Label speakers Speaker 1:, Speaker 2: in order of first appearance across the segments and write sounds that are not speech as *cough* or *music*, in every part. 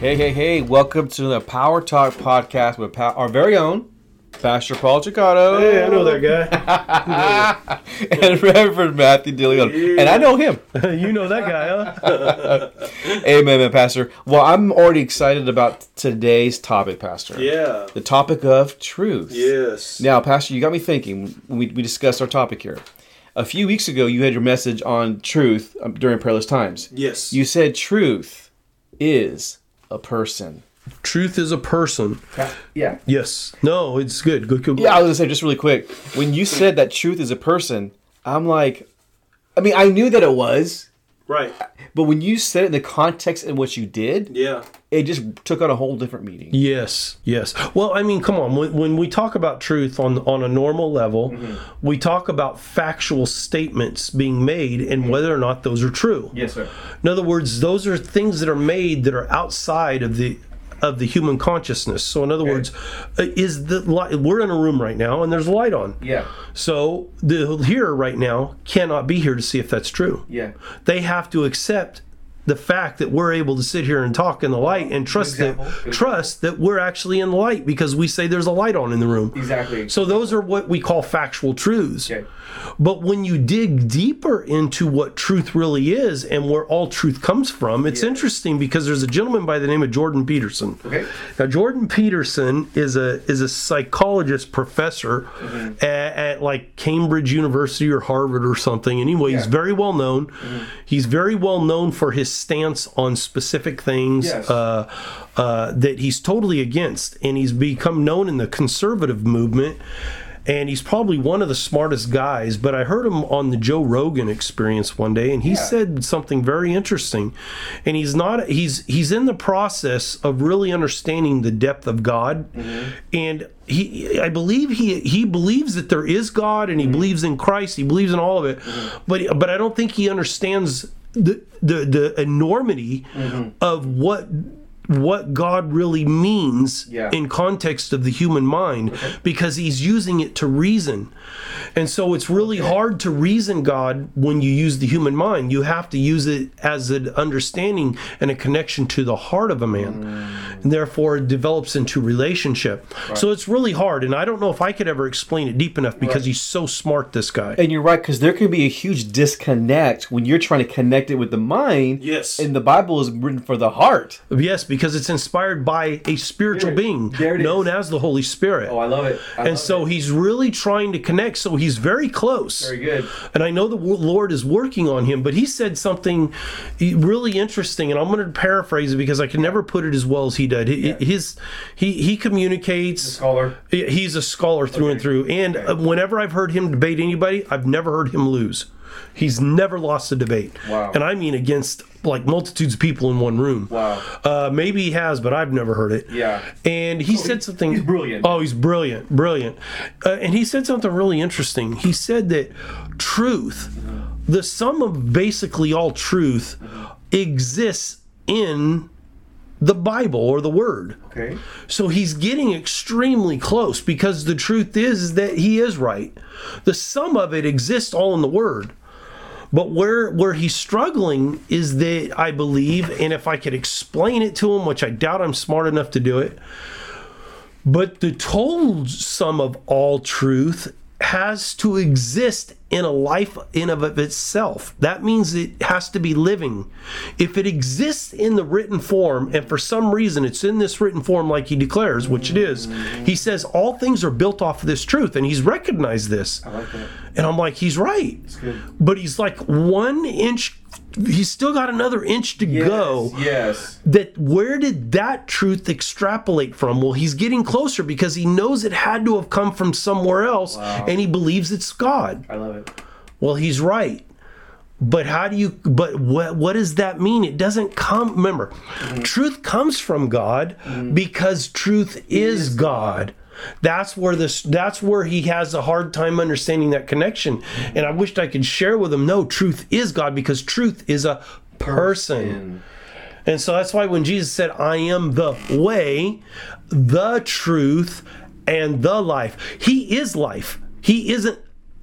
Speaker 1: Hey, hey, hey, welcome to the Power Talk podcast with pa- our very own Pastor Paul Chicato.
Speaker 2: Hey, I know that guy.
Speaker 1: *laughs* and Reverend Matthew DeLeon. And I know him.
Speaker 2: *laughs* you know that guy, huh?
Speaker 1: Amen, man, Pastor. Well, I'm already excited about today's topic, Pastor.
Speaker 2: Yeah.
Speaker 1: The topic of truth.
Speaker 2: Yes.
Speaker 1: Now, Pastor, you got me thinking when we, we discussed our topic here. A few weeks ago, you had your message on truth um, during perilous times.
Speaker 2: yes.
Speaker 1: You said truth is a person.
Speaker 2: Truth is a person.
Speaker 1: Yeah.
Speaker 2: Yes. No, it's good. Good. good.
Speaker 1: Yeah, I was gonna say just really quick. When you said that truth is a person, I'm like, I mean, I knew that it was,
Speaker 2: Right.
Speaker 1: but when you said it in the context in what you did,
Speaker 2: Yeah.
Speaker 1: it just took on a whole different meaning.
Speaker 2: Yes. Yes. Well, I mean, come on. When, when we talk about truth on on a normal level, we talk about factual statements being made and whether or not those are true.
Speaker 1: Yes, sir.
Speaker 2: In other words, those are things that are made that are outside of the of the human consciousness. So, in other words, uh, is the light? We're in a room right now, and there's light on.
Speaker 1: Yeah.
Speaker 2: So the hearer right now cannot be here to see if that's true.
Speaker 1: Yeah.
Speaker 2: They have to accept the fact that we're able to sit here and talk in the light and trust that
Speaker 1: example. Good
Speaker 2: trust that we're actually in the light because we say there's a light on in the room.
Speaker 1: Exactly.
Speaker 2: So those are what we call factual truths. But when you dig deeper into what truth really is and where all truth comes from, it's interesting because there's a gentleman by the name of Jordan Peterson.
Speaker 1: Okay.
Speaker 2: Now Jordan Peterson is a is a psychologist professor a- at, like Cambridge University or Harvard or something. Anyway, he's
Speaker 1: Yeah.
Speaker 2: very well known. He's very well known for his stance on specific things
Speaker 1: Yes.
Speaker 2: uh, uh, that he's totally against, and he's become known in the conservative movement. And he's probably one of the smartest guys, but I heard him on the Joe Rogan experience one day, and he said something very interesting. And he's not he's he's in the process of really understanding the depth of God, and he I believe he he believes that there is God, and he believes in Christ, he believes in all of it, but but I don't think he understands the the the enormity of what what God really means
Speaker 1: Yeah.
Speaker 2: in context of the human mind because he's using it to reason. And so it's really hard to reason God when you use the human mind. You have to use it as an understanding and a connection to the heart of a man. And therefore it develops into relationship. So it's really hard and I don't know if I could ever explain it deep enough because he's so smart this guy.
Speaker 1: And you're right, because there can be a huge disconnect when you're trying to connect it with the mind.
Speaker 2: Yes.
Speaker 1: And the Bible is written for the heart.
Speaker 2: Yes, because it's inspired by a spiritual
Speaker 1: Spirit.
Speaker 2: being
Speaker 1: There it is.
Speaker 2: known as the Holy Spirit.
Speaker 1: Oh, I love it.
Speaker 2: and so he's really trying to connect. So he's very close.
Speaker 1: good.
Speaker 2: And I know the wo- Lord is working on him, but he said something really interesting, and I'm going to paraphrase it because I can never put it as well as he did. He- His he he communicates.
Speaker 1: Scholar.
Speaker 2: He- He's a scholar through and through, and uh, whenever I've heard him debate anybody, I've never heard him lose. He's never lost a debate,
Speaker 1: Wow.
Speaker 2: and I mean against like multitudes of people in one room.
Speaker 1: Wow.
Speaker 2: Uh, maybe he has, but I've never heard it.
Speaker 1: Yeah.
Speaker 2: And he said something.
Speaker 1: he's brilliant.
Speaker 2: Oh, he's brilliant, brilliant. Uh, and he said something really interesting. He said that truth, the sum of basically all truth, exists in the Bible or the Word.
Speaker 1: Okay.
Speaker 2: So he's getting extremely close because the truth is that he is right. The sum of it exists all in the word. But where where he's struggling is that I believe, and if I could explain it to him, which I doubt I'm smart enough to do it, but the total sum of all truth has to exist in a life in of of itself. That means it has to be living. If it exists in the written form, and for some reason it's in this written form, like he declares, which it is, he says all things are built off of this truth, and he's recognized this. And I'm like, he's right. But he's like one inch. He's still got another inch to go
Speaker 1: Yes.
Speaker 2: that where did that truth extrapolate from? Well, he's getting closer because he knows it had to have come from somewhere else and he believes it's God.
Speaker 1: I love it.
Speaker 2: Well, he's right. But how do you but what what does that mean? It doesn't come remember. Truth comes from God because truth is God. That's where this that's where he has a hard time understanding that connection. And I wished I could share with him no, truth is God because truth is a person. And so that's why when Jesus said, I am the way, the truth, and the life, he is life. He isn't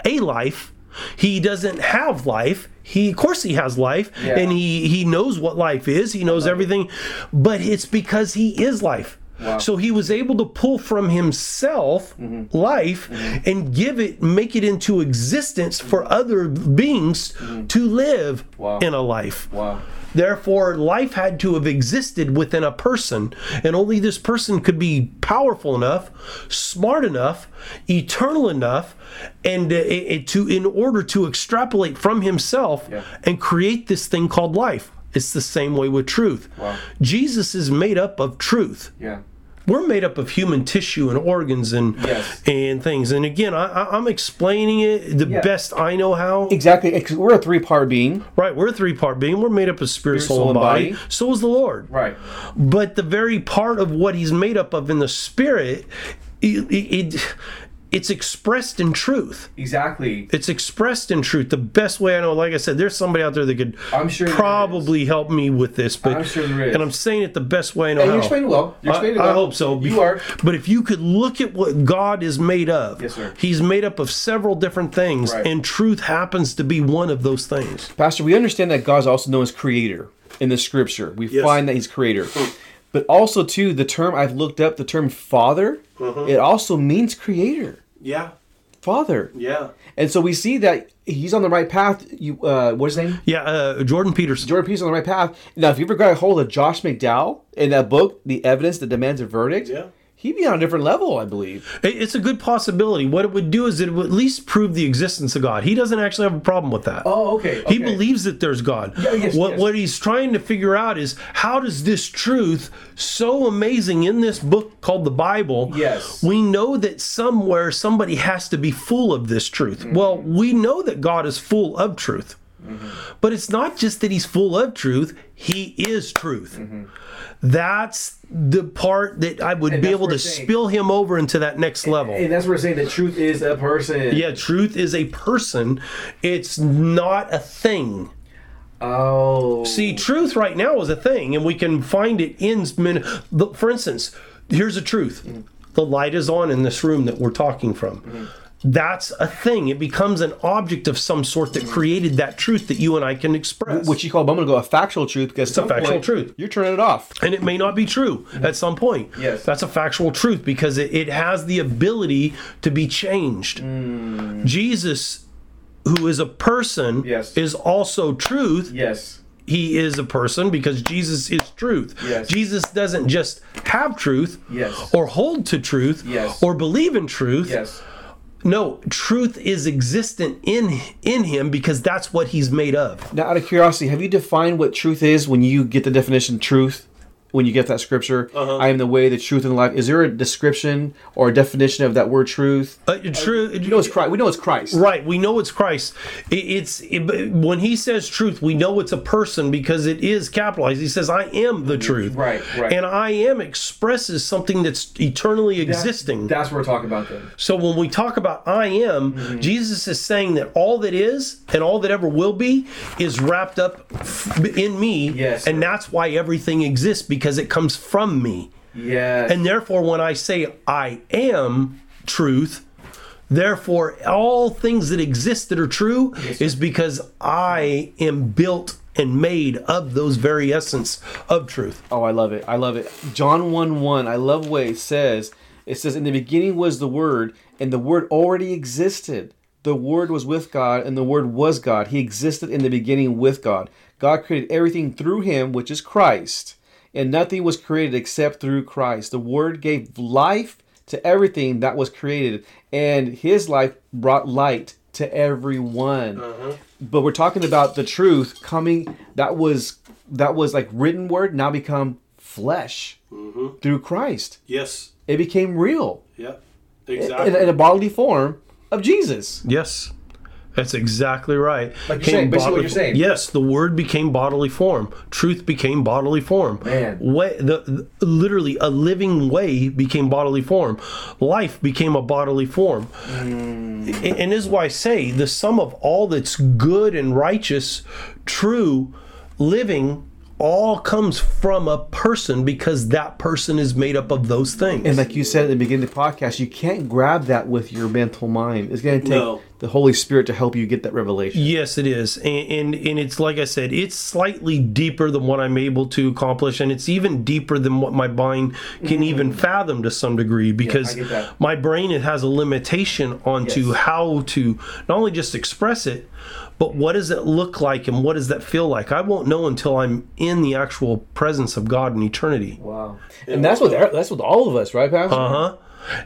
Speaker 2: a life, He doesn't have life. He of course he has life
Speaker 1: Yeah.
Speaker 2: and he he knows what life is. He knows everything, but it's because he is life.
Speaker 1: Wow. Mm-hmm.
Speaker 2: So he was able to pull from himself life and give it make it into existence for other beings to live
Speaker 1: Mm-hmm. Wow.
Speaker 2: in a life.
Speaker 1: Wow.
Speaker 2: Therefore, life had to have existed within a person, and only this person could be powerful enough, smart enough, eternal enough, and uh, i- i- to in order to extrapolate from himself
Speaker 1: Yeah.
Speaker 2: and create this thing called life. It's the same way with truth.
Speaker 1: Wow.
Speaker 2: Jesus is made up of truth
Speaker 1: Yeah.
Speaker 2: we're made up of human tissue and organs and
Speaker 1: Yes.
Speaker 2: and things. And again, I, I, I'm explaining it the
Speaker 1: Yeah.
Speaker 2: best I know how.
Speaker 1: Exactly. ex- We're a three part being.
Speaker 2: right, we're a three part being. We're made up of spirit, soul, and body. So is the Lord.
Speaker 1: Right.
Speaker 2: But the very part of what He's made up of in the spirit, it, it, it it's expressed in truth.
Speaker 1: Exactly.
Speaker 2: It's expressed in truth. The best way I know. Like I said, there's somebody out there that could
Speaker 1: I'm sure there is.
Speaker 2: probably help me with this. But
Speaker 1: I'm sure there is.
Speaker 2: and I'm saying it the best way I know
Speaker 1: And
Speaker 2: how.
Speaker 1: you explained it well. You
Speaker 2: I,
Speaker 1: explained it
Speaker 2: I
Speaker 1: well.
Speaker 2: hope so.
Speaker 1: You are.
Speaker 2: But if you could look at what God is made of,
Speaker 1: Yes, sir.
Speaker 2: He's made up of several different things,
Speaker 1: Right.
Speaker 2: and truth happens to be one of those things.
Speaker 1: Pastor, we understand that God's also known as creator in the scripture. We find that he's creator. But also, too, the term I've looked up, the term father,
Speaker 2: Mm-hmm.
Speaker 1: it also means creator.
Speaker 2: Yeah,
Speaker 1: Father.
Speaker 2: yeah,
Speaker 1: And so we see that he's on the right path. You, uh, what's his name?
Speaker 2: yeah. Uh, Jordan Peterson.
Speaker 1: Jordan Peterson on the right path. Now, if you ever got a hold of Josh McDowell in that book, The Evidence That Demands a Verdict,
Speaker 2: Yeah.
Speaker 1: he'd be on a different level, I believe.
Speaker 2: It- It's a good possibility. What it would do is it would at least prove the existence of God. He doesn't actually have a problem with that.
Speaker 1: Oh, okay.
Speaker 2: He believes that there's God.
Speaker 1: yes,
Speaker 2: what
Speaker 1: yes.
Speaker 2: what he's trying to figure out is how does this truth so amazing in this book called the Bible?
Speaker 1: Yes.
Speaker 2: We know that somewhere somebody has to be full of this truth.
Speaker 1: Mm-hmm.
Speaker 2: Well, we know that God is full of truth. But it's not just that he's full of truth, he is truth. That's the part that I would
Speaker 1: Mm-hmm. And
Speaker 2: be
Speaker 1: that's
Speaker 2: able
Speaker 1: where
Speaker 2: to
Speaker 1: it's saying-
Speaker 2: spill him over into that next level.
Speaker 1: And that's what we're saying. The truth is a person.
Speaker 2: yeah, truth is a person. It's not a thing.
Speaker 1: Oh.
Speaker 2: See, truth right now is a thing, and we can find it in. Min- the- for instance, here's the truth: the light is on in this room that we're talking from. That's a thing. It becomes an object of some sort that created that truth that you and I can express.
Speaker 1: Which you called a moment ago a factual truth because it's
Speaker 2: a factual truth.
Speaker 1: You're turning it off.
Speaker 2: and it may not be true at some point.
Speaker 1: Yes.
Speaker 2: That's a factual truth because it, it has the ability to be changed. Jesus, who is a person,
Speaker 1: Hmm. Yes.
Speaker 2: is also truth.
Speaker 1: Yes.
Speaker 2: he is a person because Jesus is truth.
Speaker 1: Yes.
Speaker 2: Jesus doesn't just have truth
Speaker 1: Yes.
Speaker 2: or hold to truth
Speaker 1: Yes.
Speaker 2: or believe in truth.
Speaker 1: Yes.
Speaker 2: No, truth is existent in in him because that's what he's made of.
Speaker 1: Now, out of curiosity, have you defined what truth is when you get the definition of truth? When you get that scripture,
Speaker 2: Uh-huh.
Speaker 1: I am the way, the truth, and the life. Is there a description or a definition of that word truth?
Speaker 2: Uh, true
Speaker 1: We know it's Christ. We know it's Christ.
Speaker 2: Right, we know it's Christ. It, it's it, when he says truth, we know it's a person because it is capitalized. He says, "I am the truth,"
Speaker 1: Right, right.
Speaker 2: and "I am" expresses something that's eternally existing.
Speaker 1: That's what we're talking about then.
Speaker 2: So when we talk about I am, Jesus is saying that all that is and all that ever will be is wrapped up f- in me.
Speaker 1: Yes.
Speaker 2: And that's why everything exists because it comes from me.
Speaker 1: Yes.
Speaker 2: And therefore, when I say I am truth, therefore, all things that exist that are true is because I am built and made of those very essence of truth.
Speaker 1: Oh, I love it. I love it. John 1 1, I love what it says. It says, In the beginning was the Word, and the Word already existed. The Word was with God, and the Word was God. He existed in the beginning with God. God created everything through Him, which is Christ. And nothing was created except through Christ. The Word gave life to everything that was created, and His life brought light to everyone but we're talking about the truth coming that was that was like written word now become flesh through christ
Speaker 3: Yes.
Speaker 1: it became real
Speaker 3: Yep.
Speaker 1: in,
Speaker 3: Exactly.
Speaker 1: in a bodily form of jesus
Speaker 2: Yes. That's exactly right.
Speaker 1: Like you're saying, basically what
Speaker 2: bodily-
Speaker 1: you're saying.
Speaker 2: Yes, the word became bodily form. Truth became bodily form.
Speaker 1: Man.
Speaker 2: Way, the, the- literally a living way became bodily form. Life became a bodily form.
Speaker 1: Mm.
Speaker 2: A- And this is why I say the sum of all that's good and righteous, true, living all comes from a person because that person is made up of those things.
Speaker 1: And like you said at the beginning of the podcast, you can't grab that with your mental mind. It's going to take
Speaker 3: No.
Speaker 1: the Holy Spirit to help you get that revelation.
Speaker 2: Yes, it is, and, and and it's like I said, it's slightly deeper than what I'm able to accomplish, and it's even deeper than what my mind
Speaker 3: Mm.
Speaker 2: can even fathom to some degree because
Speaker 1: get that.
Speaker 2: my brain it has a limitation onto
Speaker 1: Yes.
Speaker 2: how to not only just express it, but what does it look like and what does that feel like? I won't know until I'm in the actual presence of God in eternity.
Speaker 1: Wow. And that's what that's with all of us, right, Pastor?
Speaker 2: Uh huh.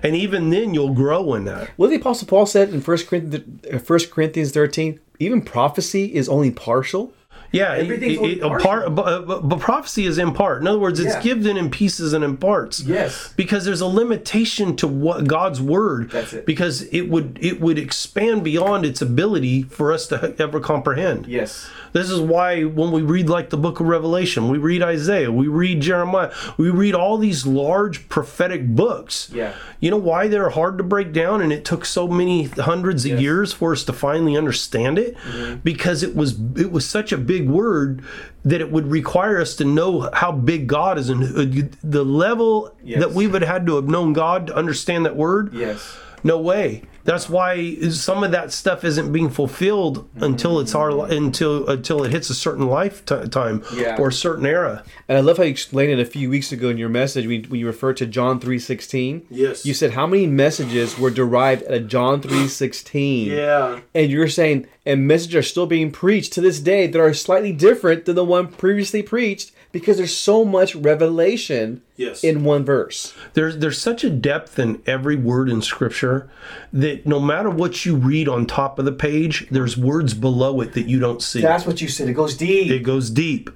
Speaker 2: And even then, you'll grow in that.
Speaker 1: What the Apostle Paul said in 1 Corinthians, uh, 1 Corinthians 13, even prophecy is only partial.
Speaker 2: Yeah,
Speaker 3: Everything's
Speaker 2: it-
Speaker 3: only
Speaker 2: it- a
Speaker 3: partial.
Speaker 2: part, but, but- but prophecy is in part. In other words, it's
Speaker 3: Yeah.
Speaker 2: given in pieces and in parts.
Speaker 3: Yes.
Speaker 2: because there's a limitation to what God's word.
Speaker 3: That's it.
Speaker 2: Because it would it would expand beyond its ability for us to ever comprehend.
Speaker 3: Yes.
Speaker 2: This is why when we read like the book of Revelation, we read Isaiah, we read Jeremiah, we read all these large prophetic books.
Speaker 3: Yeah.
Speaker 2: You know why they're hard to break down and it took so many hundreds of years for us to finally understand it?
Speaker 3: Mm-hmm.
Speaker 2: Because it was it was such a big word that it would require us to know how big God is and uh, the level
Speaker 3: Yes.
Speaker 2: that we would have had to have known God to understand that word.
Speaker 3: Yes.
Speaker 2: No way. That's why some of that stuff isn't being fulfilled until it's our li- until until it hits a certain lifetime
Speaker 3: Yeah.
Speaker 2: or a certain era.
Speaker 1: And I love how you explained it a few weeks ago in your message when, when you referred to John 3.16.
Speaker 3: Yes.
Speaker 1: You said how many messages were derived out of John 3.16.
Speaker 3: Yeah.
Speaker 1: And you're saying, and messages are still being preached to this day that are slightly different than the one previously preached because there's so much revelation
Speaker 3: Yes.
Speaker 1: in one verse.
Speaker 2: There's there's such a depth in every word in scripture that no matter what you read on top of the page, there's words below it that you don't see.
Speaker 3: That's what you said. It goes deep.
Speaker 2: it goes deep.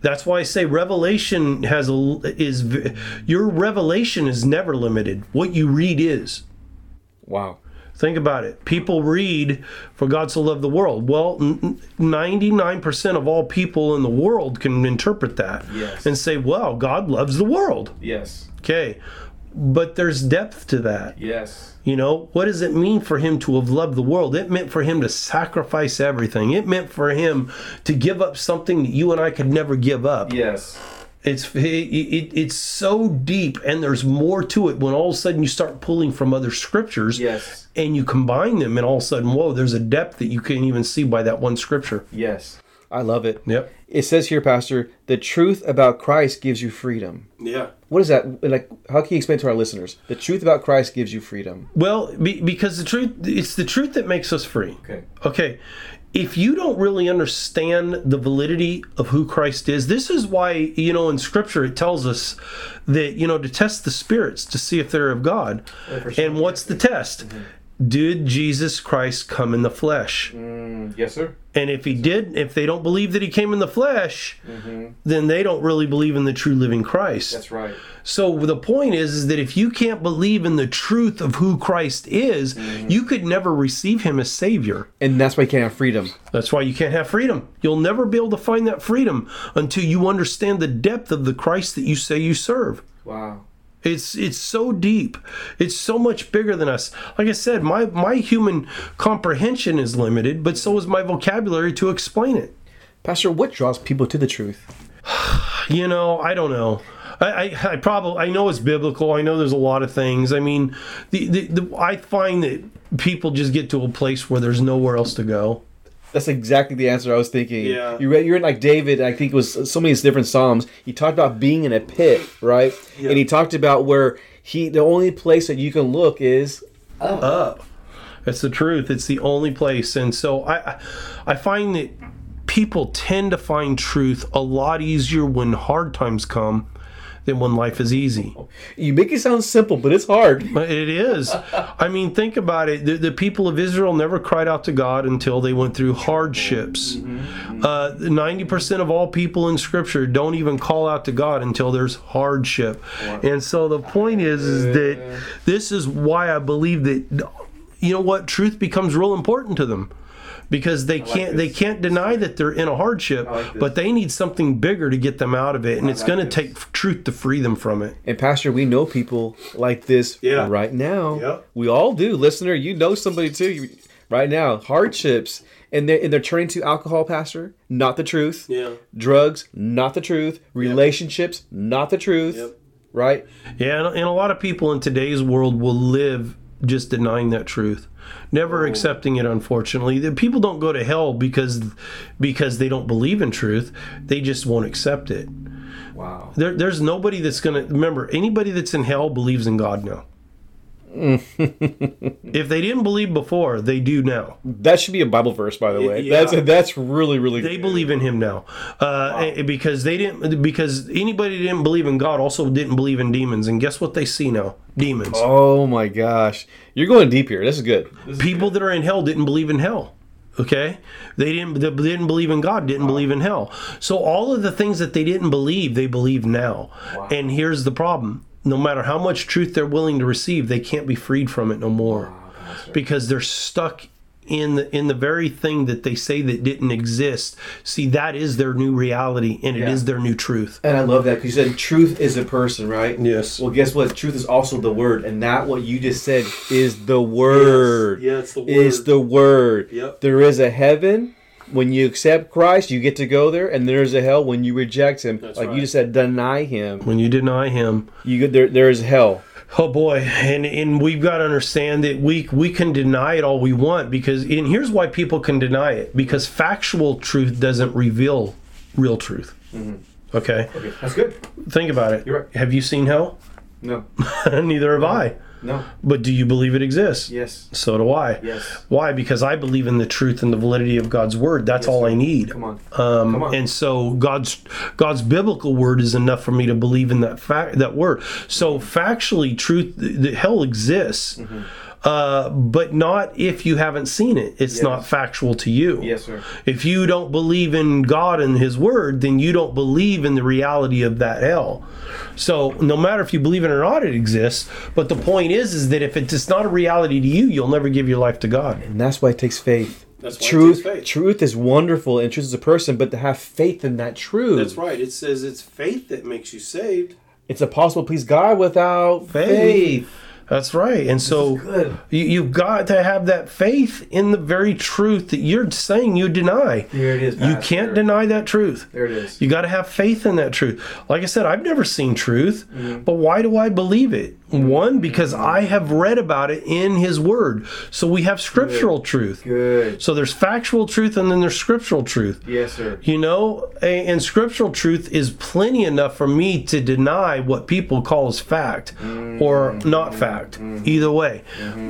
Speaker 2: That's why I say revelation has a is v- your revelation is never limited. What you read is.
Speaker 1: Wow.
Speaker 2: Think about it. People read, For God so loved the world. Well, n- n- 99% of all people in the world can interpret that
Speaker 3: Yes.
Speaker 2: and say, Well, God loves the world.
Speaker 3: yes.
Speaker 2: Okay. But there's depth to that.
Speaker 3: Yes.
Speaker 2: You know, what does it mean for him to have loved the world? It meant for him to sacrifice everything, it meant for him to give up something that you and I could never give up.
Speaker 3: Yes.
Speaker 2: It's it, it, it's so deep, and there's more to it. When all of a sudden you start pulling from other scriptures,
Speaker 3: Yes.
Speaker 2: and you combine them, and all of a sudden, whoa, there's a depth that you can't even see by that one scripture.
Speaker 3: Yes.
Speaker 1: I love it.
Speaker 2: Yep.
Speaker 1: It says here, Pastor, the truth about Christ gives you freedom.
Speaker 3: Yeah.
Speaker 1: What is that? Like, how can you explain to our listeners? The truth about Christ gives you freedom.
Speaker 2: Well, be, because the truth, it's the truth that makes us free.
Speaker 3: Okay.
Speaker 2: Okay. If you don't really understand the validity of who Christ is, this is why, you know, in scripture it tells us that, you know, to test the spirits to see if they're of God. And what's the test? Did Jesus Christ come in the flesh?
Speaker 3: Yes, sir.
Speaker 2: And if he did, if they don't believe that he came in the flesh, then they don't really believe in the true living Christ.
Speaker 3: That's right.
Speaker 2: So the point is, is that if you can't believe in the truth of who Christ is, you could never receive him as Savior.
Speaker 1: And that's why you can't have freedom.
Speaker 2: That's why you can't have freedom. You'll never be able to find that freedom until you understand the depth of the Christ that you say you serve.
Speaker 3: Wow.
Speaker 2: It's it's so deep. It's so much bigger than us. Like I said, my my human comprehension is limited, but so is my vocabulary to explain it.
Speaker 1: Pastor, what draws people to the truth?
Speaker 2: you know i don't know I, I, I probably I know it's biblical. I know there's a lot of things. I mean, the, the, the I find that people just get to a place where there's nowhere else to go.
Speaker 1: That's exactly the answer I was thinking.
Speaker 3: Yeah.
Speaker 1: You read, you're in like David, I think it was so many different Psalms. He talked about being in a pit, right? And he talked about where he, the only place that you can look is
Speaker 2: That's the truth. It's the only place. And so I I- I find that people tend to find truth a lot easier when hard times come than when life is easy.
Speaker 1: You make it sound simple, but it's hard.
Speaker 2: But It is. I mean, think about it. The, the people of Israel never cried out to God until they went through hardships.
Speaker 3: Mm-hmm.
Speaker 2: Uh, 90% of all people in Scripture don't even call out to God until there's hardship. And so the point is, is that this is why I believe that, you know what, truth becomes real important to them. Because they can't, they can't deny that they're in a hardship,
Speaker 3: like this.
Speaker 2: but they need something bigger to get them out of it, and it's
Speaker 3: like
Speaker 2: going to
Speaker 3: this.
Speaker 2: take f- truth to free them from it.
Speaker 1: And Pastor, we know people like this
Speaker 3: Yeah.
Speaker 1: right now.
Speaker 3: Yep.
Speaker 1: We all do. Listener, you know somebody too you, right now. Hardships. and they and they're turning to alcohol, pastor, not the truth.
Speaker 2: Yeah.
Speaker 1: Drugs, not the truth. Relationships, not the truth.
Speaker 2: Yep.
Speaker 1: Right?
Speaker 2: Yeah, and, and a lot of people in today's world will live just denying that truth, never accepting it. Unfortunately, the people don't go to hell because because they don't believe in truth; they just won't accept it.
Speaker 1: Wow.
Speaker 2: There, there's nobody that's gonna remember. Anybody that's in hell believes in God now. if they didn't believe before, they do now.
Speaker 1: That should be a Bible verse, by the way.
Speaker 2: yeah.
Speaker 1: That's that's really really.
Speaker 2: They believe in Him now, uh, eh, because they didn't. Because anybody that didn't believe in God also didn't believe in demons. And guess what they see now? Demons.
Speaker 1: Oh my gosh, you're going deep here. This is good.
Speaker 2: people that are in hell didn't believe in hell okay they didn't they didn't believe in god didn't believe in hell so all of the things that they didn't believe they believe now and here's the problem no matter how much truth they're willing to receive they can't be freed from it no more because they're stuck in the in the very thing that they say that didn't exist see that is their new reality and it is their new truth
Speaker 1: And I love that because you said truth is a person, right?
Speaker 2: Yes.
Speaker 1: Well, guess what? Truth is also the word, and that what you just said is the word.
Speaker 2: Yeah, it's the word.
Speaker 1: Is the word.
Speaker 2: Yep.
Speaker 1: There is a heaven. When you accept Christ, you get to go there, and there is a hell when you reject Him. like you
Speaker 2: right.
Speaker 1: just said, deny Him.
Speaker 2: when you deny him
Speaker 1: You get there. There is hell.
Speaker 2: Oh boy, and and we've got to understand that we we can deny it all we want because and here's why people can deny it because factual truth doesn't reveal real truth. Okay,
Speaker 3: Okay, that's good.
Speaker 2: think about it.
Speaker 3: Mm-hmm. You're right.
Speaker 2: Have you seen hell? *laughs*
Speaker 3: No,
Speaker 2: Neither have I.
Speaker 3: no.
Speaker 2: But do you believe it exists?
Speaker 3: Yes.
Speaker 2: So do I.
Speaker 3: Yes.
Speaker 2: Why? Because I believe in the truth and the validity of God's word. That's all I need.
Speaker 3: Come on.
Speaker 2: Um,
Speaker 3: Come on.
Speaker 2: And so God's God's biblical word is enough for me to believe in that fact that word. So factually, truth the hell exists,
Speaker 4: Mm-hmm.
Speaker 2: uh, but not if you haven't seen it. It's not factual to you.
Speaker 3: Yes, sir.
Speaker 2: If you don't believe in God and His Word, then you don't believe in the reality of that hell. So, no matter if you believe it or not, it exists. But the point is, is that if it's not a reality to you, you'll never give your life to God.
Speaker 1: And that's why it takes faith.
Speaker 4: That's why it
Speaker 1: truth,
Speaker 4: takes faith.
Speaker 1: truth is wonderful, and truth is a person. But to have faith in that truth,
Speaker 4: That's right. It says it's faith that makes you saved.
Speaker 1: It's impossible to please God without faith.
Speaker 2: Faith. That's right. And so,
Speaker 1: good.
Speaker 2: you, you've got to have that faith in the very truth that you're saying you deny.
Speaker 3: There it is.
Speaker 2: You can't deny that truth.
Speaker 3: There it is.
Speaker 2: You got to have faith in that truth. Like I said, I've never seen truth,
Speaker 3: Mm-hmm.
Speaker 2: but why do I believe it? One, because I have read about it in His Word. So we have scriptural truth.
Speaker 3: Good.
Speaker 2: So there's factual truth and then there's scriptural truth.
Speaker 3: Yes, sir.
Speaker 2: You know, a- and scriptural truth is plenty enough for me to deny what people call as fact or not fact. Either way,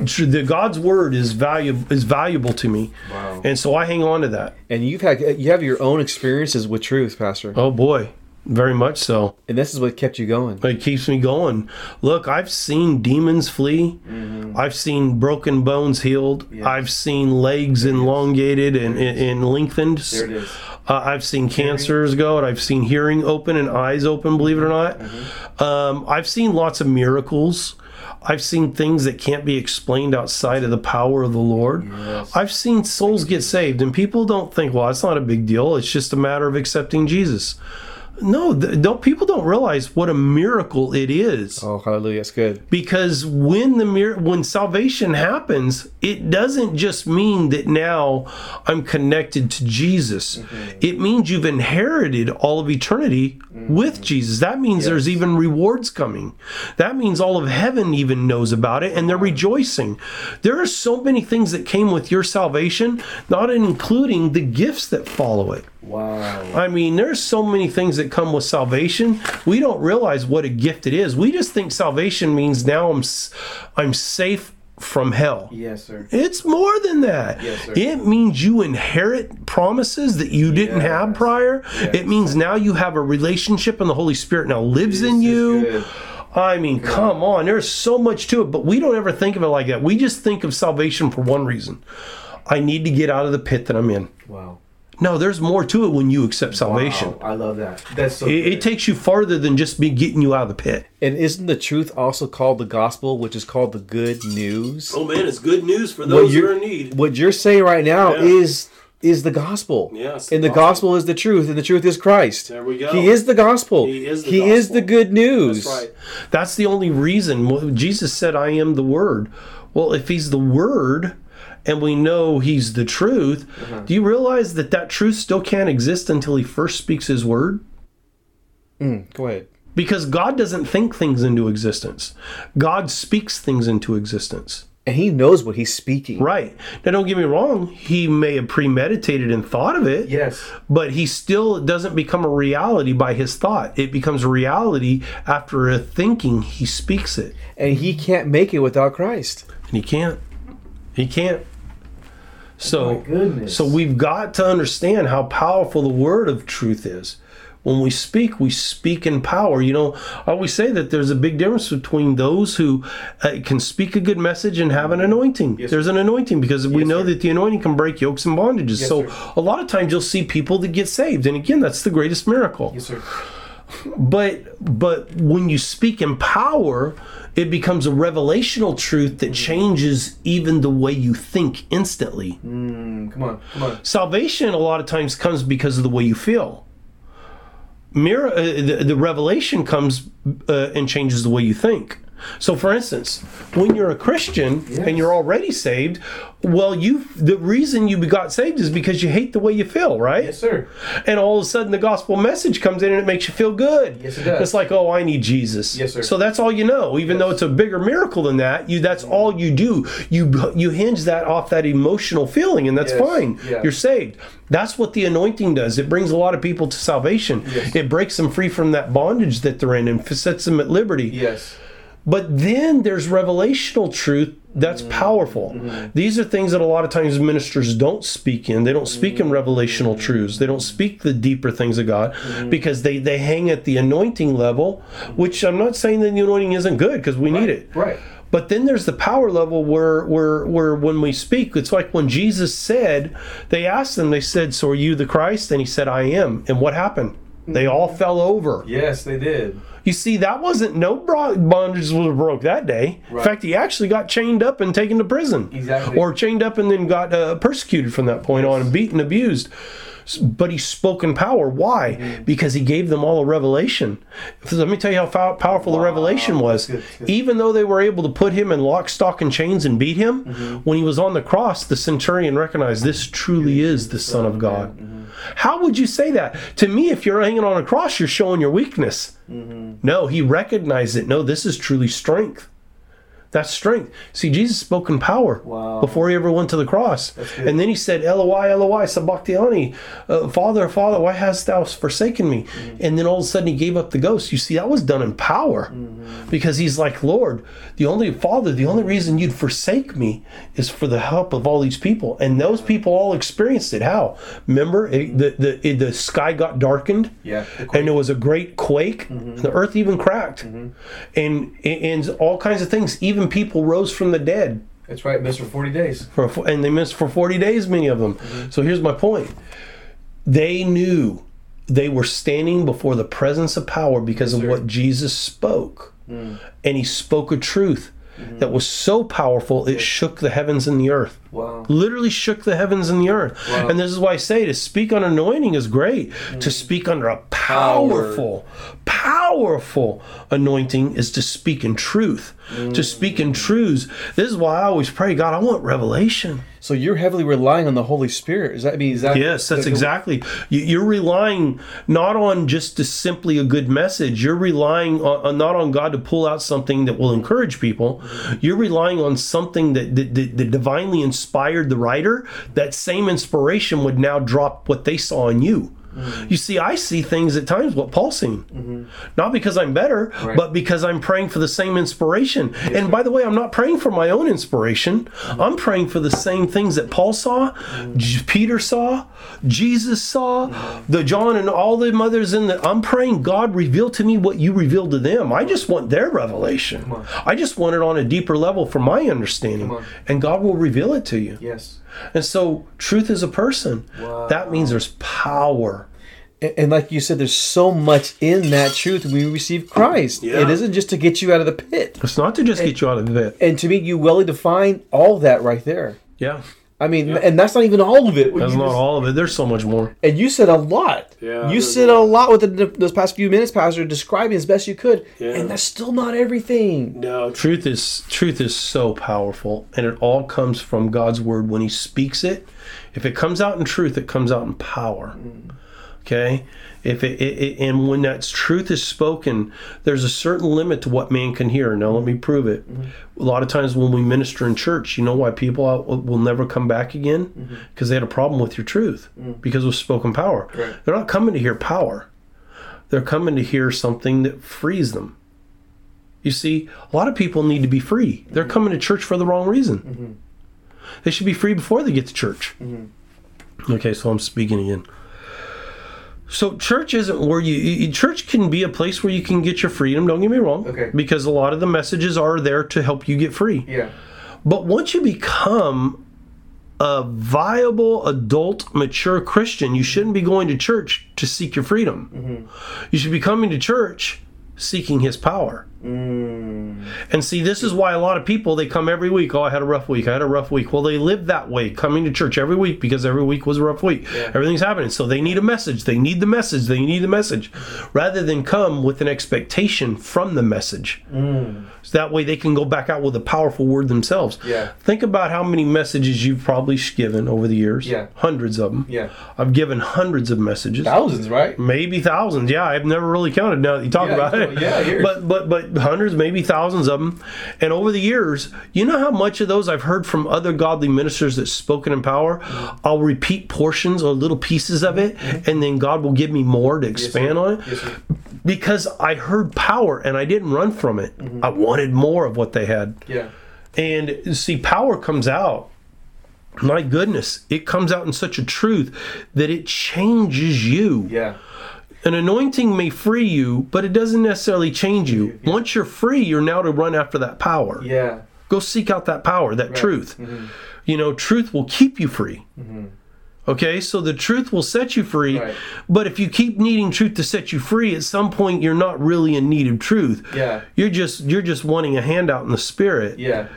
Speaker 2: Tr- the God's word is valuable is valuable to me,
Speaker 3: Wow.
Speaker 2: and so I hang on to that.
Speaker 1: And you've had you have your own experiences with truth, Pastor,
Speaker 2: Oh boy, very much so.
Speaker 1: and this is what kept you going.
Speaker 2: It keeps me going. Look, I've seen demons flee.
Speaker 3: Mm-hmm.
Speaker 2: I've seen broken bones healed. I've seen legs elongated and, and, and lengthened.
Speaker 3: There it is.
Speaker 2: Uh, I've seen cancers go, and I've seen hearing open and eyes open. Believe it or not,
Speaker 3: Mm-hmm.
Speaker 2: um, I've seen lots of miracles. I've seen things that can't be explained outside of the power of the Lord. I've seen souls get saved, and people don't think, "Well, it's not a big deal. It's just a matter of accepting Jesus." No, th- don't people don't realize what a miracle it is
Speaker 1: Oh, hallelujah! It's good.
Speaker 2: because when the mir- when salvation happens it doesn't just mean that now i'm connected to jesus it means you've inherited all of eternity with jesus that means there's even rewards coming that means all of heaven even knows about it and they're rejoicing there are so many things that came with your salvation not including the gifts that follow it
Speaker 3: Wow.
Speaker 2: I mean, there's so many things that come with salvation. We don't realize what a gift it is. We just think salvation means now I'm s- I'm safe from hell.
Speaker 3: Yes, sir.
Speaker 2: It's more than that.
Speaker 3: Yes, sir.
Speaker 2: it means you inherit promises that you didn't have prior. It means now you have a relationship and the Holy Spirit now lives in you.
Speaker 3: Good.
Speaker 2: I mean, come on. There's so much to it, but we don't ever think of it like that. We just think of salvation for one reason. I need to get out of the pit that I'm in.
Speaker 3: Wow.
Speaker 2: No, there's more to it when you accept salvation.
Speaker 3: Wow. I love that. That's so.
Speaker 2: It,
Speaker 3: good.
Speaker 2: it takes you farther than just me getting you out of the pit.
Speaker 1: And isn't the truth also called the gospel, which is called the good news?
Speaker 4: Oh man, it's good news for those who
Speaker 1: you're-
Speaker 4: are in need.
Speaker 1: What you're saying right now
Speaker 4: Yeah.
Speaker 1: is is the gospel.
Speaker 4: Yes,
Speaker 1: and the gospel. is the truth, and the truth is Christ.
Speaker 4: There we go.
Speaker 1: He is the gospel.
Speaker 4: He is the
Speaker 1: he is the
Speaker 4: gospel.
Speaker 1: good news.
Speaker 4: That's right.
Speaker 2: That's the only reason. Well, Jesus said, I am the Word. Well, if He's the Word and we know he's the truth,
Speaker 4: Uh-huh.
Speaker 2: do you realize that that truth still can't exist until he first speaks his word?
Speaker 1: Mm, go ahead.
Speaker 2: Because God doesn't think things into existence. God speaks things into existence.
Speaker 1: And he knows what he's speaking.
Speaker 2: Right. Now, don't get me wrong, he may have premeditated and thought of it,
Speaker 3: Yes.
Speaker 2: but he still doesn't become a reality by his thought. It becomes a reality after a thinking, he speaks it.
Speaker 1: And he can't make it without Christ.
Speaker 2: and he can't. He can't. So,
Speaker 3: goodness.
Speaker 2: so we've got to understand how powerful the word of truth is. When we speak, we speak in power. You know, I always say that there's a big difference between those who uh, can speak a good message and have an anointing. there's an anointing because we know that the anointing can break yokes and bondages. so, a lot of times you'll see people that get saved, and again, that's the greatest miracle.
Speaker 3: Yes, sir.
Speaker 2: But but when you speak in power, it becomes a revelational truth that changes even the way you think instantly.
Speaker 3: Mm, Come on. Come on.
Speaker 2: Salvation a lot of times comes because of the way you feel. Mir- uh, the, the revelation comes uh, and changes the way you think. So, for instance, when you're a Christian and you're already saved, well, you the reason you got saved is because you hate the way you feel, right?
Speaker 3: Yes, sir.
Speaker 2: and all of a sudden the gospel message comes in and it makes you feel good.
Speaker 3: Yes, it does.
Speaker 2: It's like, oh, I need Jesus.
Speaker 3: Yes, sir.
Speaker 2: So that's all you know, even though it's a bigger miracle than that. You
Speaker 3: Mm.
Speaker 2: that's all you do. You you hinge that off that emotional feeling, and that's
Speaker 3: Yes.
Speaker 2: fine.
Speaker 3: Yeah.
Speaker 2: You're saved. That's what the anointing does. It brings a lot of people to salvation. It breaks them free from that bondage that they're in and f- sets them at liberty.
Speaker 3: Yes.
Speaker 2: But then there's revelational truth that's powerful. These are things that a lot of times ministers don't speak in. They don't speak in revelational truths. They don't speak the deeper things of God because they, they hang at the anointing level, which I'm not saying that the anointing isn't good because we need it.
Speaker 3: Right.
Speaker 2: But then there's the power level where where where when we speak, it's like when Jesus said, they asked him, they said, So are you the Christ? And he said, I am. And what happened? They all fell over.
Speaker 3: Yes, they did.
Speaker 2: You see, that wasn't no bro- bondage was broke that day. In fact, he actually got chained up and taken to prison,
Speaker 3: Exactly.
Speaker 2: or chained up and then got uh, persecuted from that point on and beaten, abused. S- But he spoke in power. Why? Because he gave them all a revelation. F- Let me tell you how fou- powerful the revelation was.
Speaker 3: good, that's good.
Speaker 2: Even though they were able to put him in lock, stock, and chains and beat him, when he was on the cross, the centurion recognized this truly is the Son of God. Mm-hmm. How would you say that? To me, if you're hanging on a cross, you're showing your weakness. No, he recognized it. No, this is truly strength. That's strength. See, Jesus spoke in power
Speaker 3: Wow.
Speaker 2: before he ever went to the cross. And then he said, Eloi, Eloi, Sabachthani, uh, Father, Father, why hast thou forsaken me? And then all of a sudden he gave up the ghost. You see, that was done in power because he's like, Lord, the only Father, the only reason you'd forsake me is for the help of all these people. And those people all experienced it. How? Remember, it, the, the, it, the sky got darkened
Speaker 3: Yeah. the Mm-hmm.
Speaker 2: and there was a great quake. The earth even cracked, and and all kinds of things. Even people rose from the dead,
Speaker 3: That's right, Mr. 40 Days.
Speaker 2: for, and they missed for forty days. Many of them.
Speaker 3: Mm-hmm.
Speaker 2: So here's my point: they knew they were standing before the presence of power because of what Jesus spoke,
Speaker 3: Mm.
Speaker 2: and He spoke a truth that was so powerful it shook the heavens and the earth
Speaker 3: Mm-hmm. Wow.
Speaker 2: literally shook the heavens and the earth. And this is why I say to speak on anointing is great. To speak under a powerful, powerful anointing is to speak in truth. To speak in truths. This is why I always pray, God, I want revelation.
Speaker 1: So you're heavily relying on the Holy Spirit. Is that I mean is that
Speaker 2: Yes, that's
Speaker 1: the-
Speaker 2: exactly. You- You're relying not on just a simply a good message. You're relying on, on- not on God to pull out something that will encourage people. You're relying on something that, that, that, that divinely inspired the writer. That same inspiration would now drop what they saw in you. You see, I see things at times what Paul seen. Not because I'm better, but because I'm praying for the same inspiration. and by the way, I'm not praying for my own inspiration. I'm praying for the same things that Paul saw, J- Peter saw, Jesus saw, the John and all the mothers in the. I'm praying, God, reveal to me what you revealed to them. I just want their revelation. I just want it on a deeper level for my understanding. And God will reveal it to you.
Speaker 3: Yes.
Speaker 2: And so, truth is a person. That means there's power.
Speaker 1: And, and like you said, there's so much in that truth when we receive Christ.
Speaker 4: Yeah.
Speaker 1: It isn't just to get you out of the pit.
Speaker 2: It's not to just get you out of it.
Speaker 1: And to me, you well define all that right there.
Speaker 2: Yeah.
Speaker 1: I mean, and that's not even all of it.
Speaker 2: That's
Speaker 1: You
Speaker 2: not
Speaker 1: just-
Speaker 2: all of it. There's so much more.
Speaker 1: And you said a lot.
Speaker 4: Yeah,
Speaker 1: you
Speaker 4: there's
Speaker 1: said
Speaker 4: a
Speaker 1: a
Speaker 4: lot.
Speaker 1: lot with the, those past few minutes, Pastor, describing as best you could.
Speaker 4: Yeah.
Speaker 1: And that's still not everything.
Speaker 4: No, tr-
Speaker 2: Uh, Truth is truth is so powerful, and it all comes from God's word when He speaks it. If it comes out in truth, it comes out in power. Okay, if it, it, it and when that truth is spoken, there's a certain limit to what man can hear. Now let me prove it. A lot of times when we minister in church, you know why people out, will never come back again
Speaker 1: Mm-hmm.
Speaker 2: because they had a problem with your truth
Speaker 1: Mm.
Speaker 2: because it was spoken power. They're not coming to hear power. They're coming to hear something that frees them. You see, a lot of people need to be free. They're coming to church for the wrong reason. They should be free before they get to church. Okay, so I'm speaking again. So church isn't where you, you you- church can be a place where you can get your freedom. Don't get me wrong.
Speaker 3: Okay.
Speaker 2: Because a lot of the messages are there to help you get free.
Speaker 3: Yeah.
Speaker 2: But once you become a viable adult, mature Christian, you shouldn't be going to church to seek your freedom. You should be coming to church seeking His power. And see, this is why a lot of people they come every week. Oh, I had a rough week. I had a rough week. Well, they live that way, coming to church every week because every week was a rough week. Everything's happening, so they need a message. They need the message. They need the message, rather than come with an expectation from the message. So that way they can go back out with a powerful word themselves.
Speaker 3: Yeah.
Speaker 2: Think about how many messages you've probably sh- given over the years.
Speaker 3: Yeah.
Speaker 2: Hundreds of them.
Speaker 3: Yeah.
Speaker 2: I've given hundreds of messages.
Speaker 1: Thousands, right?
Speaker 2: Maybe thousands. Yeah, I've never really counted now that you talk
Speaker 3: Yeah,
Speaker 2: about
Speaker 3: no,
Speaker 2: it.
Speaker 3: yeah, years.
Speaker 2: But but but hundreds, maybe thousands of them. And over the years, you know how much of those I've heard from other godly ministers that's spoken in power.
Speaker 3: Mm-hmm.
Speaker 2: I'll repeat portions or little pieces of it, and then God will give me more to expand on it
Speaker 3: Yes, sir.
Speaker 2: because I heard power and I didn't run from it. I wanted more of what they had.
Speaker 3: Mm-hmm. Yeah.
Speaker 2: And see, power comes out. My goodness, it comes out in such a truth that it changes you.
Speaker 3: Yeah.
Speaker 2: An anointing may free you, but it doesn't necessarily change you. Once you're free, you're now to run after that power.
Speaker 3: Yeah. Mm-hmm.
Speaker 2: Go seek out that power, that truth. You know, truth will keep you free. Okay, so the truth will set you free,
Speaker 3: Right.
Speaker 2: but if you keep needing truth to set you free, at some point you're not really in need of truth.
Speaker 3: Yeah.
Speaker 2: You're just you're just wanting a handout in the spirit.
Speaker 3: Yeah.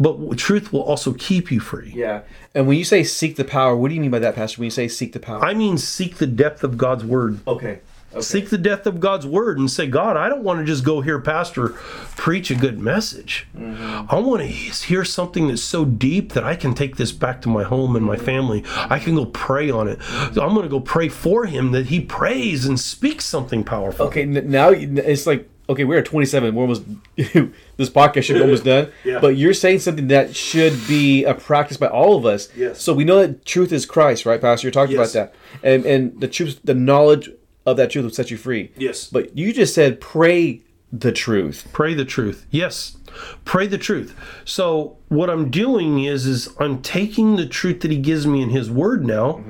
Speaker 2: But w- truth will also keep you free.
Speaker 3: Yeah.
Speaker 1: And when you say seek the power, what do you mean by that, Pastor? When you say seek the power?
Speaker 2: I mean, seek the depth of God's word.
Speaker 3: Okay. Okay.
Speaker 2: Seek the depth of God's word and say, God, I don't want to just go hear Pastor preach a good message.
Speaker 3: Mm-hmm.
Speaker 2: I want to he- hear something that's so deep that I can take this back to my home and my
Speaker 3: Mm-hmm.
Speaker 2: family. I can go pray on it. So I'm going to go pray for him that he prays and speaks something powerful.
Speaker 1: okay, n- now you- it's like, okay, we're at 27. We're almost, *laughs* this podcast should be almost done.
Speaker 4: *laughs* Yeah.
Speaker 1: But you're saying something that should be a practice by all of us.
Speaker 4: Yes.
Speaker 1: So we know that truth is Christ, right, Pastor? You're talking
Speaker 4: Yes.
Speaker 1: about that. And, and the truth, the knowledge of that truth will set you free.
Speaker 4: Yes.
Speaker 1: But you just said pray the truth.
Speaker 2: Pray the truth. Yes. Pray the truth. So what I'm doing is is I'm taking the truth that he gives me in his word now,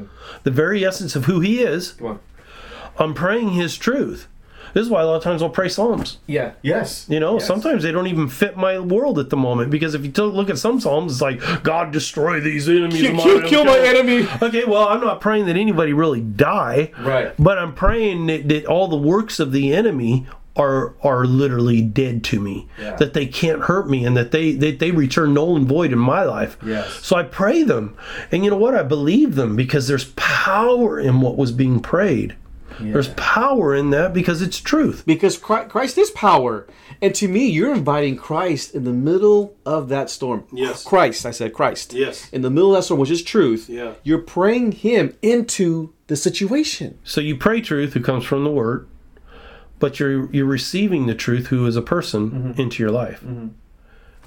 Speaker 2: the very essence of who he is.
Speaker 3: Come on.
Speaker 2: I'm praying his truth. This is why a lot of times I'll pray Psalms.
Speaker 3: Yeah. Yes.
Speaker 2: You know,
Speaker 3: Yes.
Speaker 2: sometimes they don't even fit my world at the moment because if you to- look at some psalms, it's like God destroy these enemies. of mine."
Speaker 1: enemy.
Speaker 2: Okay, well, I'm not praying that anybody really die,
Speaker 3: Right.
Speaker 2: But I'm praying that, that all the works of the enemy are are literally dead to me,
Speaker 3: Yeah.
Speaker 2: that they can't hurt me, and that they that they return null and void in my life.
Speaker 3: Yes.
Speaker 2: So I pray them, and you know what? I believe them because there's power in what was being prayed. There's power in that because it's truth.
Speaker 1: Because Chri- Christ is power. And to me, you're inviting Christ in the middle of that storm.
Speaker 4: Yes.
Speaker 1: Christ, I said Christ.
Speaker 4: Yes.
Speaker 1: In the middle of that storm, which is truth.
Speaker 4: Yeah.
Speaker 1: You're praying him into the situation.
Speaker 2: So you pray truth who comes from the word, but you're you're receiving the truth who is a person
Speaker 3: Mm-hmm.
Speaker 2: into your life.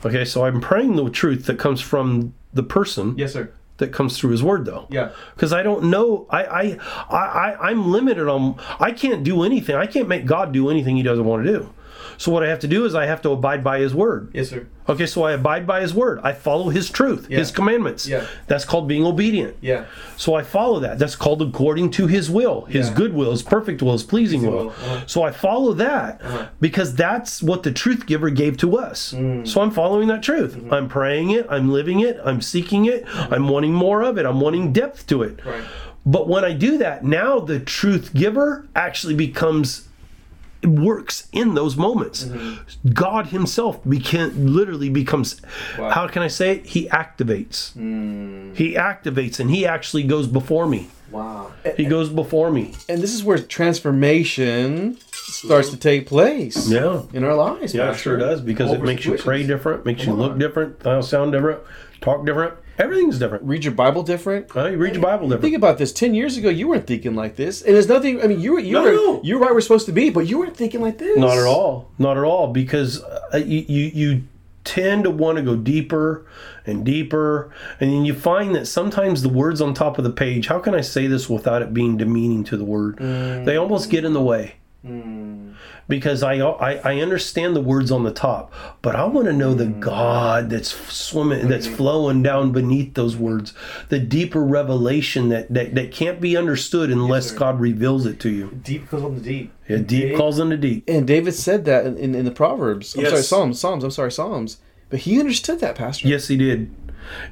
Speaker 2: Okay, so I'm praying the truth that comes from the person
Speaker 3: Yes, sir.
Speaker 2: that comes through his word though.
Speaker 3: Yeah.
Speaker 2: Because I don't know I, I I I I'm limited on I can't do anything. I can't make God do anything he doesn't want to do. So what I have to do is I have to abide by his word.
Speaker 3: Yes, sir.
Speaker 2: Okay, so I abide by his word. I follow his truth, his commandments.
Speaker 3: Yeah.
Speaker 2: That's called being obedient.
Speaker 3: Yeah.
Speaker 2: So I follow that. That's called according to his will, his
Speaker 3: Yeah.
Speaker 2: good will, his perfect will, his pleasing will.
Speaker 3: will, uh-huh.
Speaker 2: So I follow that because that's what the truth giver gave to us.
Speaker 3: Mm.
Speaker 2: So I'm following that truth.
Speaker 3: Mm-hmm.
Speaker 2: I'm praying it, I'm living it, I'm seeking it, I'm wanting more of it, I'm wanting depth to it.
Speaker 3: Right.
Speaker 2: But when I do that, now the truth giver actually becomes works in those moments. God Himself became, literally becomes, how can I say it? He activates. He activates and He actually goes before me.
Speaker 3: Wow.
Speaker 2: He goes before me.
Speaker 1: And this is where transformation starts to take place.
Speaker 2: Yeah.
Speaker 1: In our lives.
Speaker 2: Yeah, it
Speaker 1: Pastor.
Speaker 2: sure does because it
Speaker 3: Over
Speaker 2: makes you pray
Speaker 3: situations.
Speaker 2: different, makes you
Speaker 3: Come
Speaker 2: look
Speaker 3: on.
Speaker 2: different, uh, sound different, talk different. Everything's different.
Speaker 1: Read your Bible different.
Speaker 2: Uh, you read your Bible different.
Speaker 1: Think about this. Ten years ago, you weren't thinking like this, and there's nothing. I mean, you were you
Speaker 2: No,
Speaker 1: were
Speaker 2: no.
Speaker 1: you were right. We're supposed to be, but you weren't thinking like this.
Speaker 2: Not at all. Not at all. Because uh, you you, you tend to want to go deeper and deeper, and then you find that sometimes the words on top of the page. How can I say this without it being demeaning to the word?
Speaker 3: Mm.
Speaker 2: They almost get in the way. Because I, I I understand the words on the top, but I want to know the
Speaker 3: Mm.
Speaker 2: God that's swimming, that's flowing down beneath those words, the deeper revelation that that, that can't be understood unless God reveals it to you.
Speaker 3: Deep calls on the deep.
Speaker 2: Yeah, deep calls into deep.
Speaker 1: And David said that in, in, in the Proverbs. I'm
Speaker 4: Yes.
Speaker 1: sorry, Psalms. Psalms. I'm sorry, Psalms. But he understood that, Pastor.
Speaker 2: Yes, he did.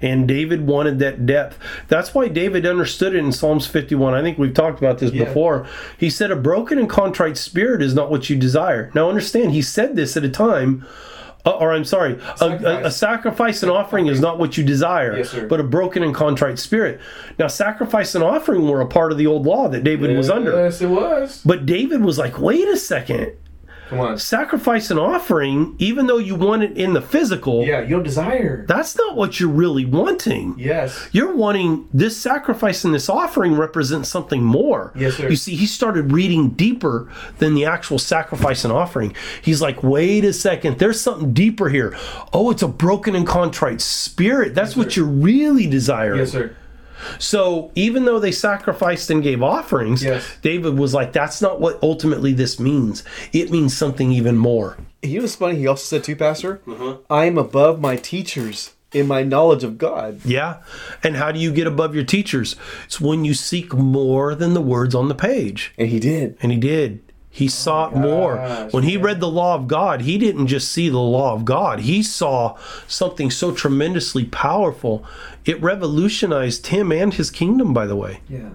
Speaker 2: And David wanted that depth. That's why David understood it in Psalms 51. I think we've talked about this before. He said, A broken and contrite spirit is not what you desire. Now, understand, he said this at a time, uh, or I'm sorry, a, a, a sacrifice and offering is not what you desire,
Speaker 3: Yes, sir.
Speaker 2: but a broken and contrite spirit. Now, sacrifice and offering were a part of the old law that David was under.
Speaker 3: Yes, it was.
Speaker 2: But David was like, Wait a second.
Speaker 3: Come on.
Speaker 2: Sacrifice and offering, even though you want it in the physical,
Speaker 3: Yeah, you don't desire.
Speaker 2: that's not what you're really wanting.
Speaker 3: Yes.
Speaker 2: You're wanting this sacrifice and this offering represents something more.
Speaker 3: Yes, sir.
Speaker 2: You see, he started reading deeper than the actual sacrifice and offering. He's like, wait a second, there's something deeper here. Oh, it's a broken and contrite spirit. That's what you're really desiring.
Speaker 3: Yes, sir.
Speaker 2: So even though they sacrificed and gave offerings,
Speaker 3: Yes.
Speaker 2: David was like, that's not what ultimately this means. It means something even more.
Speaker 1: You know what's funny? He also said too, Pastor. I am above my teachers in my knowledge of God.
Speaker 2: Yeah. And how do you get above your teachers? It's when you seek more than the words on the page.
Speaker 1: And he did.
Speaker 2: And he did. He sought more. When he read the law of God, he didn't just see the law of God. He saw something so tremendously powerful. It revolutionized him and his kingdom, by the way,
Speaker 3: Yeah.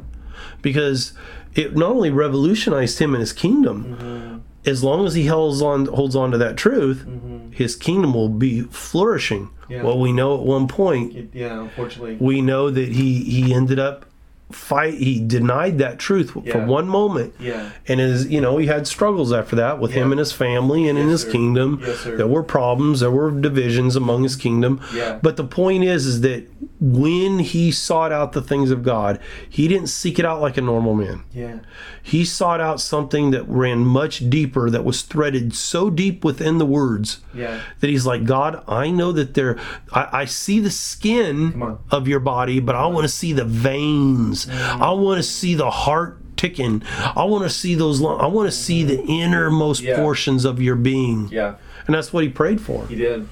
Speaker 2: because it not only revolutionized him and his kingdom, as long as he holds on holds on to that truth, his kingdom will be flourishing.
Speaker 3: Yeah.
Speaker 2: Well, we know at one point
Speaker 3: It- yeah, unfortunately.
Speaker 2: we know that he he ended up fight he denied that truth for
Speaker 3: Yeah.
Speaker 2: one moment
Speaker 3: Yeah.
Speaker 2: and his you know he had struggles after that with him
Speaker 3: Yeah.
Speaker 2: and his family and in his
Speaker 3: Yes, sir.
Speaker 2: kingdom
Speaker 3: Yes, sir.
Speaker 2: there were problems there were divisions among his kingdom
Speaker 3: Yeah.
Speaker 2: but the point is is that when he sought out the things of god he didn't seek it out like a normal man
Speaker 3: Yeah.
Speaker 2: he sought out something that ran much deeper that was threaded so deep within the words
Speaker 3: Yeah.
Speaker 2: that he's like, God, I know that there, I, I see the skin
Speaker 3: on.
Speaker 2: of your body, but I want to see the veins.
Speaker 3: Mm.
Speaker 2: I want to see the heart ticking. I want to see those, lung- I want to see the innermost
Speaker 3: Mm. Yeah.
Speaker 2: portions of your being.
Speaker 3: Yeah.
Speaker 2: And that's what he prayed for.
Speaker 3: He did.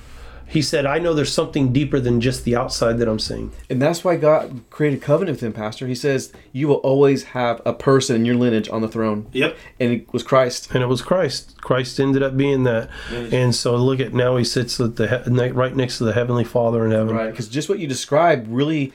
Speaker 2: He said, I know there's something deeper than just the outside that I'm seeing.
Speaker 1: And that's why God created covenant with him, Pastor. He says, You will always have a person in your lineage on the throne.
Speaker 4: Yep.
Speaker 1: And it was Christ.
Speaker 2: And it was Christ. Christ ended up being that. And so look at now he sits at the he- right next to the heavenly Father in heaven.
Speaker 3: Right.
Speaker 1: Because just what you described really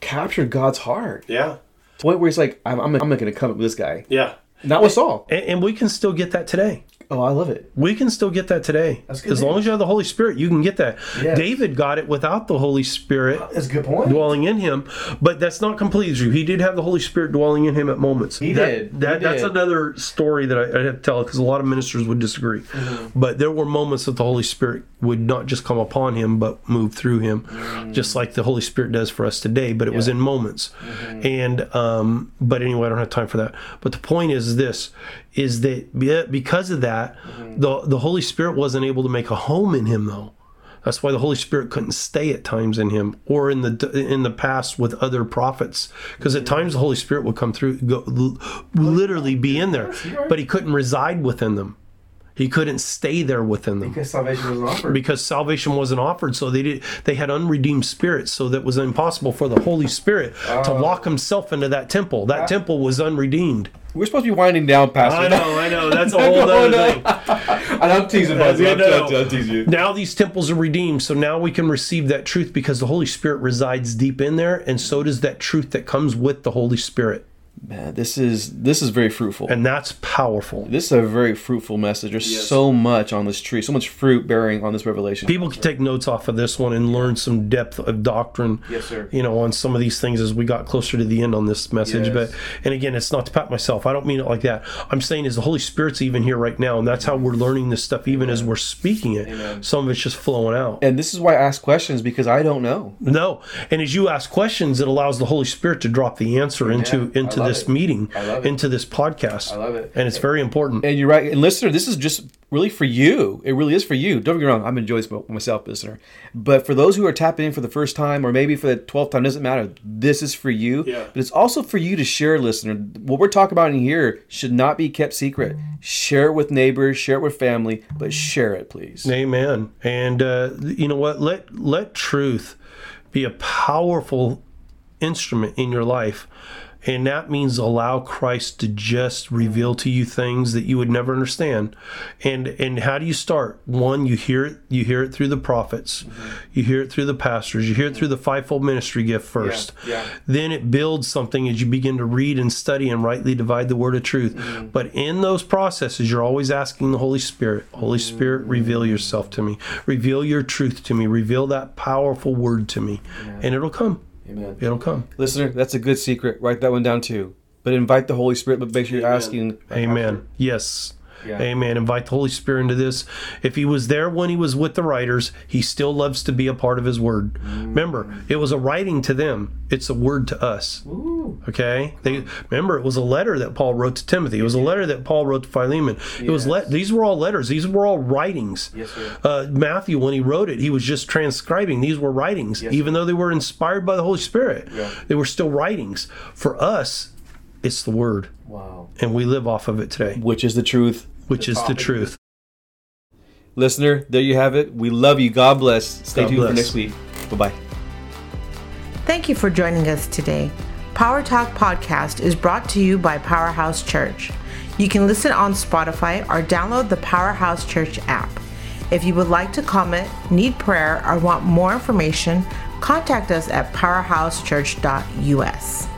Speaker 1: captured God's heart.
Speaker 4: Yeah.
Speaker 1: To the point where he's like, I'm, I'm, I'm making a covenant with this guy.
Speaker 4: Yeah.
Speaker 1: Not with Saul.
Speaker 2: And, and we can still get that today.
Speaker 1: Oh, I love it.
Speaker 2: We can still get that today.
Speaker 3: That's good
Speaker 2: as long
Speaker 3: news.
Speaker 2: as you have the Holy Spirit, you can get that.
Speaker 3: Yes.
Speaker 2: David got it without the Holy Spirit
Speaker 3: That's a good point.
Speaker 2: dwelling in him, but that's not completely true. He did have the Holy Spirit dwelling in him at moments.
Speaker 3: He
Speaker 2: That-
Speaker 3: did. He
Speaker 2: that- that's
Speaker 3: did.
Speaker 2: another story that I, I'd have to tell because a lot of ministers would disagree.
Speaker 3: Mm-hmm.
Speaker 2: But there were moments that the Holy Spirit would not just come upon him, but move through him,
Speaker 3: Mm.
Speaker 2: just like the Holy Spirit does for us today. But it was in moments.
Speaker 3: Mm-hmm.
Speaker 2: And um, but anyway, I don't have time for that. But the point is this: is that be- because of that,
Speaker 3: Mm-hmm.
Speaker 2: the the Holy Spirit wasn't able to make a home in him though. That's why the Holy Spirit couldn't stay at times in him or in the in the past with other prophets because at times the Holy Spirit would come through go, l- literally be in there but he couldn't reside within them. He couldn't stay there within them
Speaker 3: Because salvation wasn't offered.
Speaker 2: because salvation wasn't offered so they did they had unredeemed spirits so that was impossible for the Holy Spirit to lock himself into that temple. That temple was unredeemed.
Speaker 1: We're supposed to be winding down, Pastor.
Speaker 2: Ah. I know, *laughs* I know. That's a whole
Speaker 1: Oh,
Speaker 2: other
Speaker 1: no.
Speaker 2: thing.
Speaker 1: *laughs* And I'm teasing, Pastor.
Speaker 2: Yeah,
Speaker 1: I'm,
Speaker 2: no,
Speaker 1: I'm,
Speaker 2: no.
Speaker 1: I'm teasing you.
Speaker 2: Now these temples are redeemed, so now we can receive that truth because the Holy Spirit resides deep in there, and so does that truth that comes with the Holy Spirit.
Speaker 1: Man, this is this is very fruitful.
Speaker 2: And that's powerful.
Speaker 1: this is a very fruitful message. There's
Speaker 4: Yes.
Speaker 1: so much on this tree, so much fruit bearing on this revelation.
Speaker 2: People can take notes off of this one and learn some depth of doctrine.
Speaker 3: Yes, sir.
Speaker 2: You know, on some of these things as we got closer to the end on this message.
Speaker 3: Yes.
Speaker 2: But and again, it's not to pat myself. I don't mean it like that. I'm saying is the Holy Spirit's even here right now, and that's how we're learning this stuff even as we're speaking it.
Speaker 3: Amen.
Speaker 2: Some of it's just flowing out.
Speaker 1: and this is why I ask questions because I don't know.
Speaker 2: No, and as you ask questions, it allows the Holy Spirit to drop the answer into
Speaker 3: I
Speaker 2: into
Speaker 3: love
Speaker 2: this
Speaker 3: it.
Speaker 2: meeting,
Speaker 3: I love it.
Speaker 2: into this podcast. I
Speaker 3: love it.
Speaker 2: and it's very important.
Speaker 1: And you're right, and listener, this is just really for you. It really is for you. Don't get me wrong. I'm enjoying this myself, listener. But for those who are tapping in for the first time or maybe for the twelfth time, doesn't matter. This is for you.
Speaker 4: Yeah.
Speaker 1: But it's also for you to share, listener. What we're talking about in here should not be kept secret. Share it with neighbors. Share it with family. But share it, please.
Speaker 2: Amen. And uh, you know what? Let let truth be a powerful instrument in your life, and that means allow Christ to just reveal to you things that you would never understand. And and how do you start? One, you hear it. You hear it through the prophets. You hear it through the pastors. You hear it through the fivefold ministry gift first.
Speaker 3: Mm-hmm. yeah.
Speaker 2: Then it builds something as you begin to read and study and rightly divide the word of truth.
Speaker 3: Mm-hmm.
Speaker 2: But in those processes, you're always asking the Holy Spirit, Holy
Speaker 3: Mm-hmm.
Speaker 2: Spirit, reveal yourself to me, reveal your truth to me, reveal that powerful word to me, and it'll come.
Speaker 1: Amen.
Speaker 2: It'll come.
Speaker 1: Listener, that's a good secret. Write that one down too. But invite the Holy Spirit, but make sure you're
Speaker 4: Amen.
Speaker 1: asking.
Speaker 2: Amen. Yes.
Speaker 3: Yeah.
Speaker 2: Amen. Invite the Holy Spirit into this. If he was there when he was with the writers, he still loves to be a part of his word. Remember, it was a writing to them, it's a word to us.
Speaker 3: Ooh.
Speaker 2: Okay. They remember it was a letter that Paul wrote to Timothy. It was a letter that Paul wrote to Philemon. It was let. These were all letters. These were all writings.
Speaker 3: Yes, sir.
Speaker 2: Uh, Matthew, when he wrote it, he was just transcribing. These were writings, even though they were inspired by the Holy Spirit.
Speaker 3: Yeah.
Speaker 2: They were still writings. For us, it's the Word,
Speaker 3: Wow.
Speaker 2: and we live off of it today,
Speaker 1: Which is the truth.
Speaker 2: which is the
Speaker 3: topic.
Speaker 2: truth.
Speaker 1: Listener, there you have it. We love you. God bless. Stay
Speaker 2: God
Speaker 1: tuned for
Speaker 2: bless.
Speaker 1: next week. Bye bye.
Speaker 5: Thank you for joining us today. Power Talk Podcast is brought to you by Powerhouse Church. You can listen on Spotify or download the Powerhouse Church app. If you would like to comment, need prayer, or want more information, contact us at powerhousechurch.us.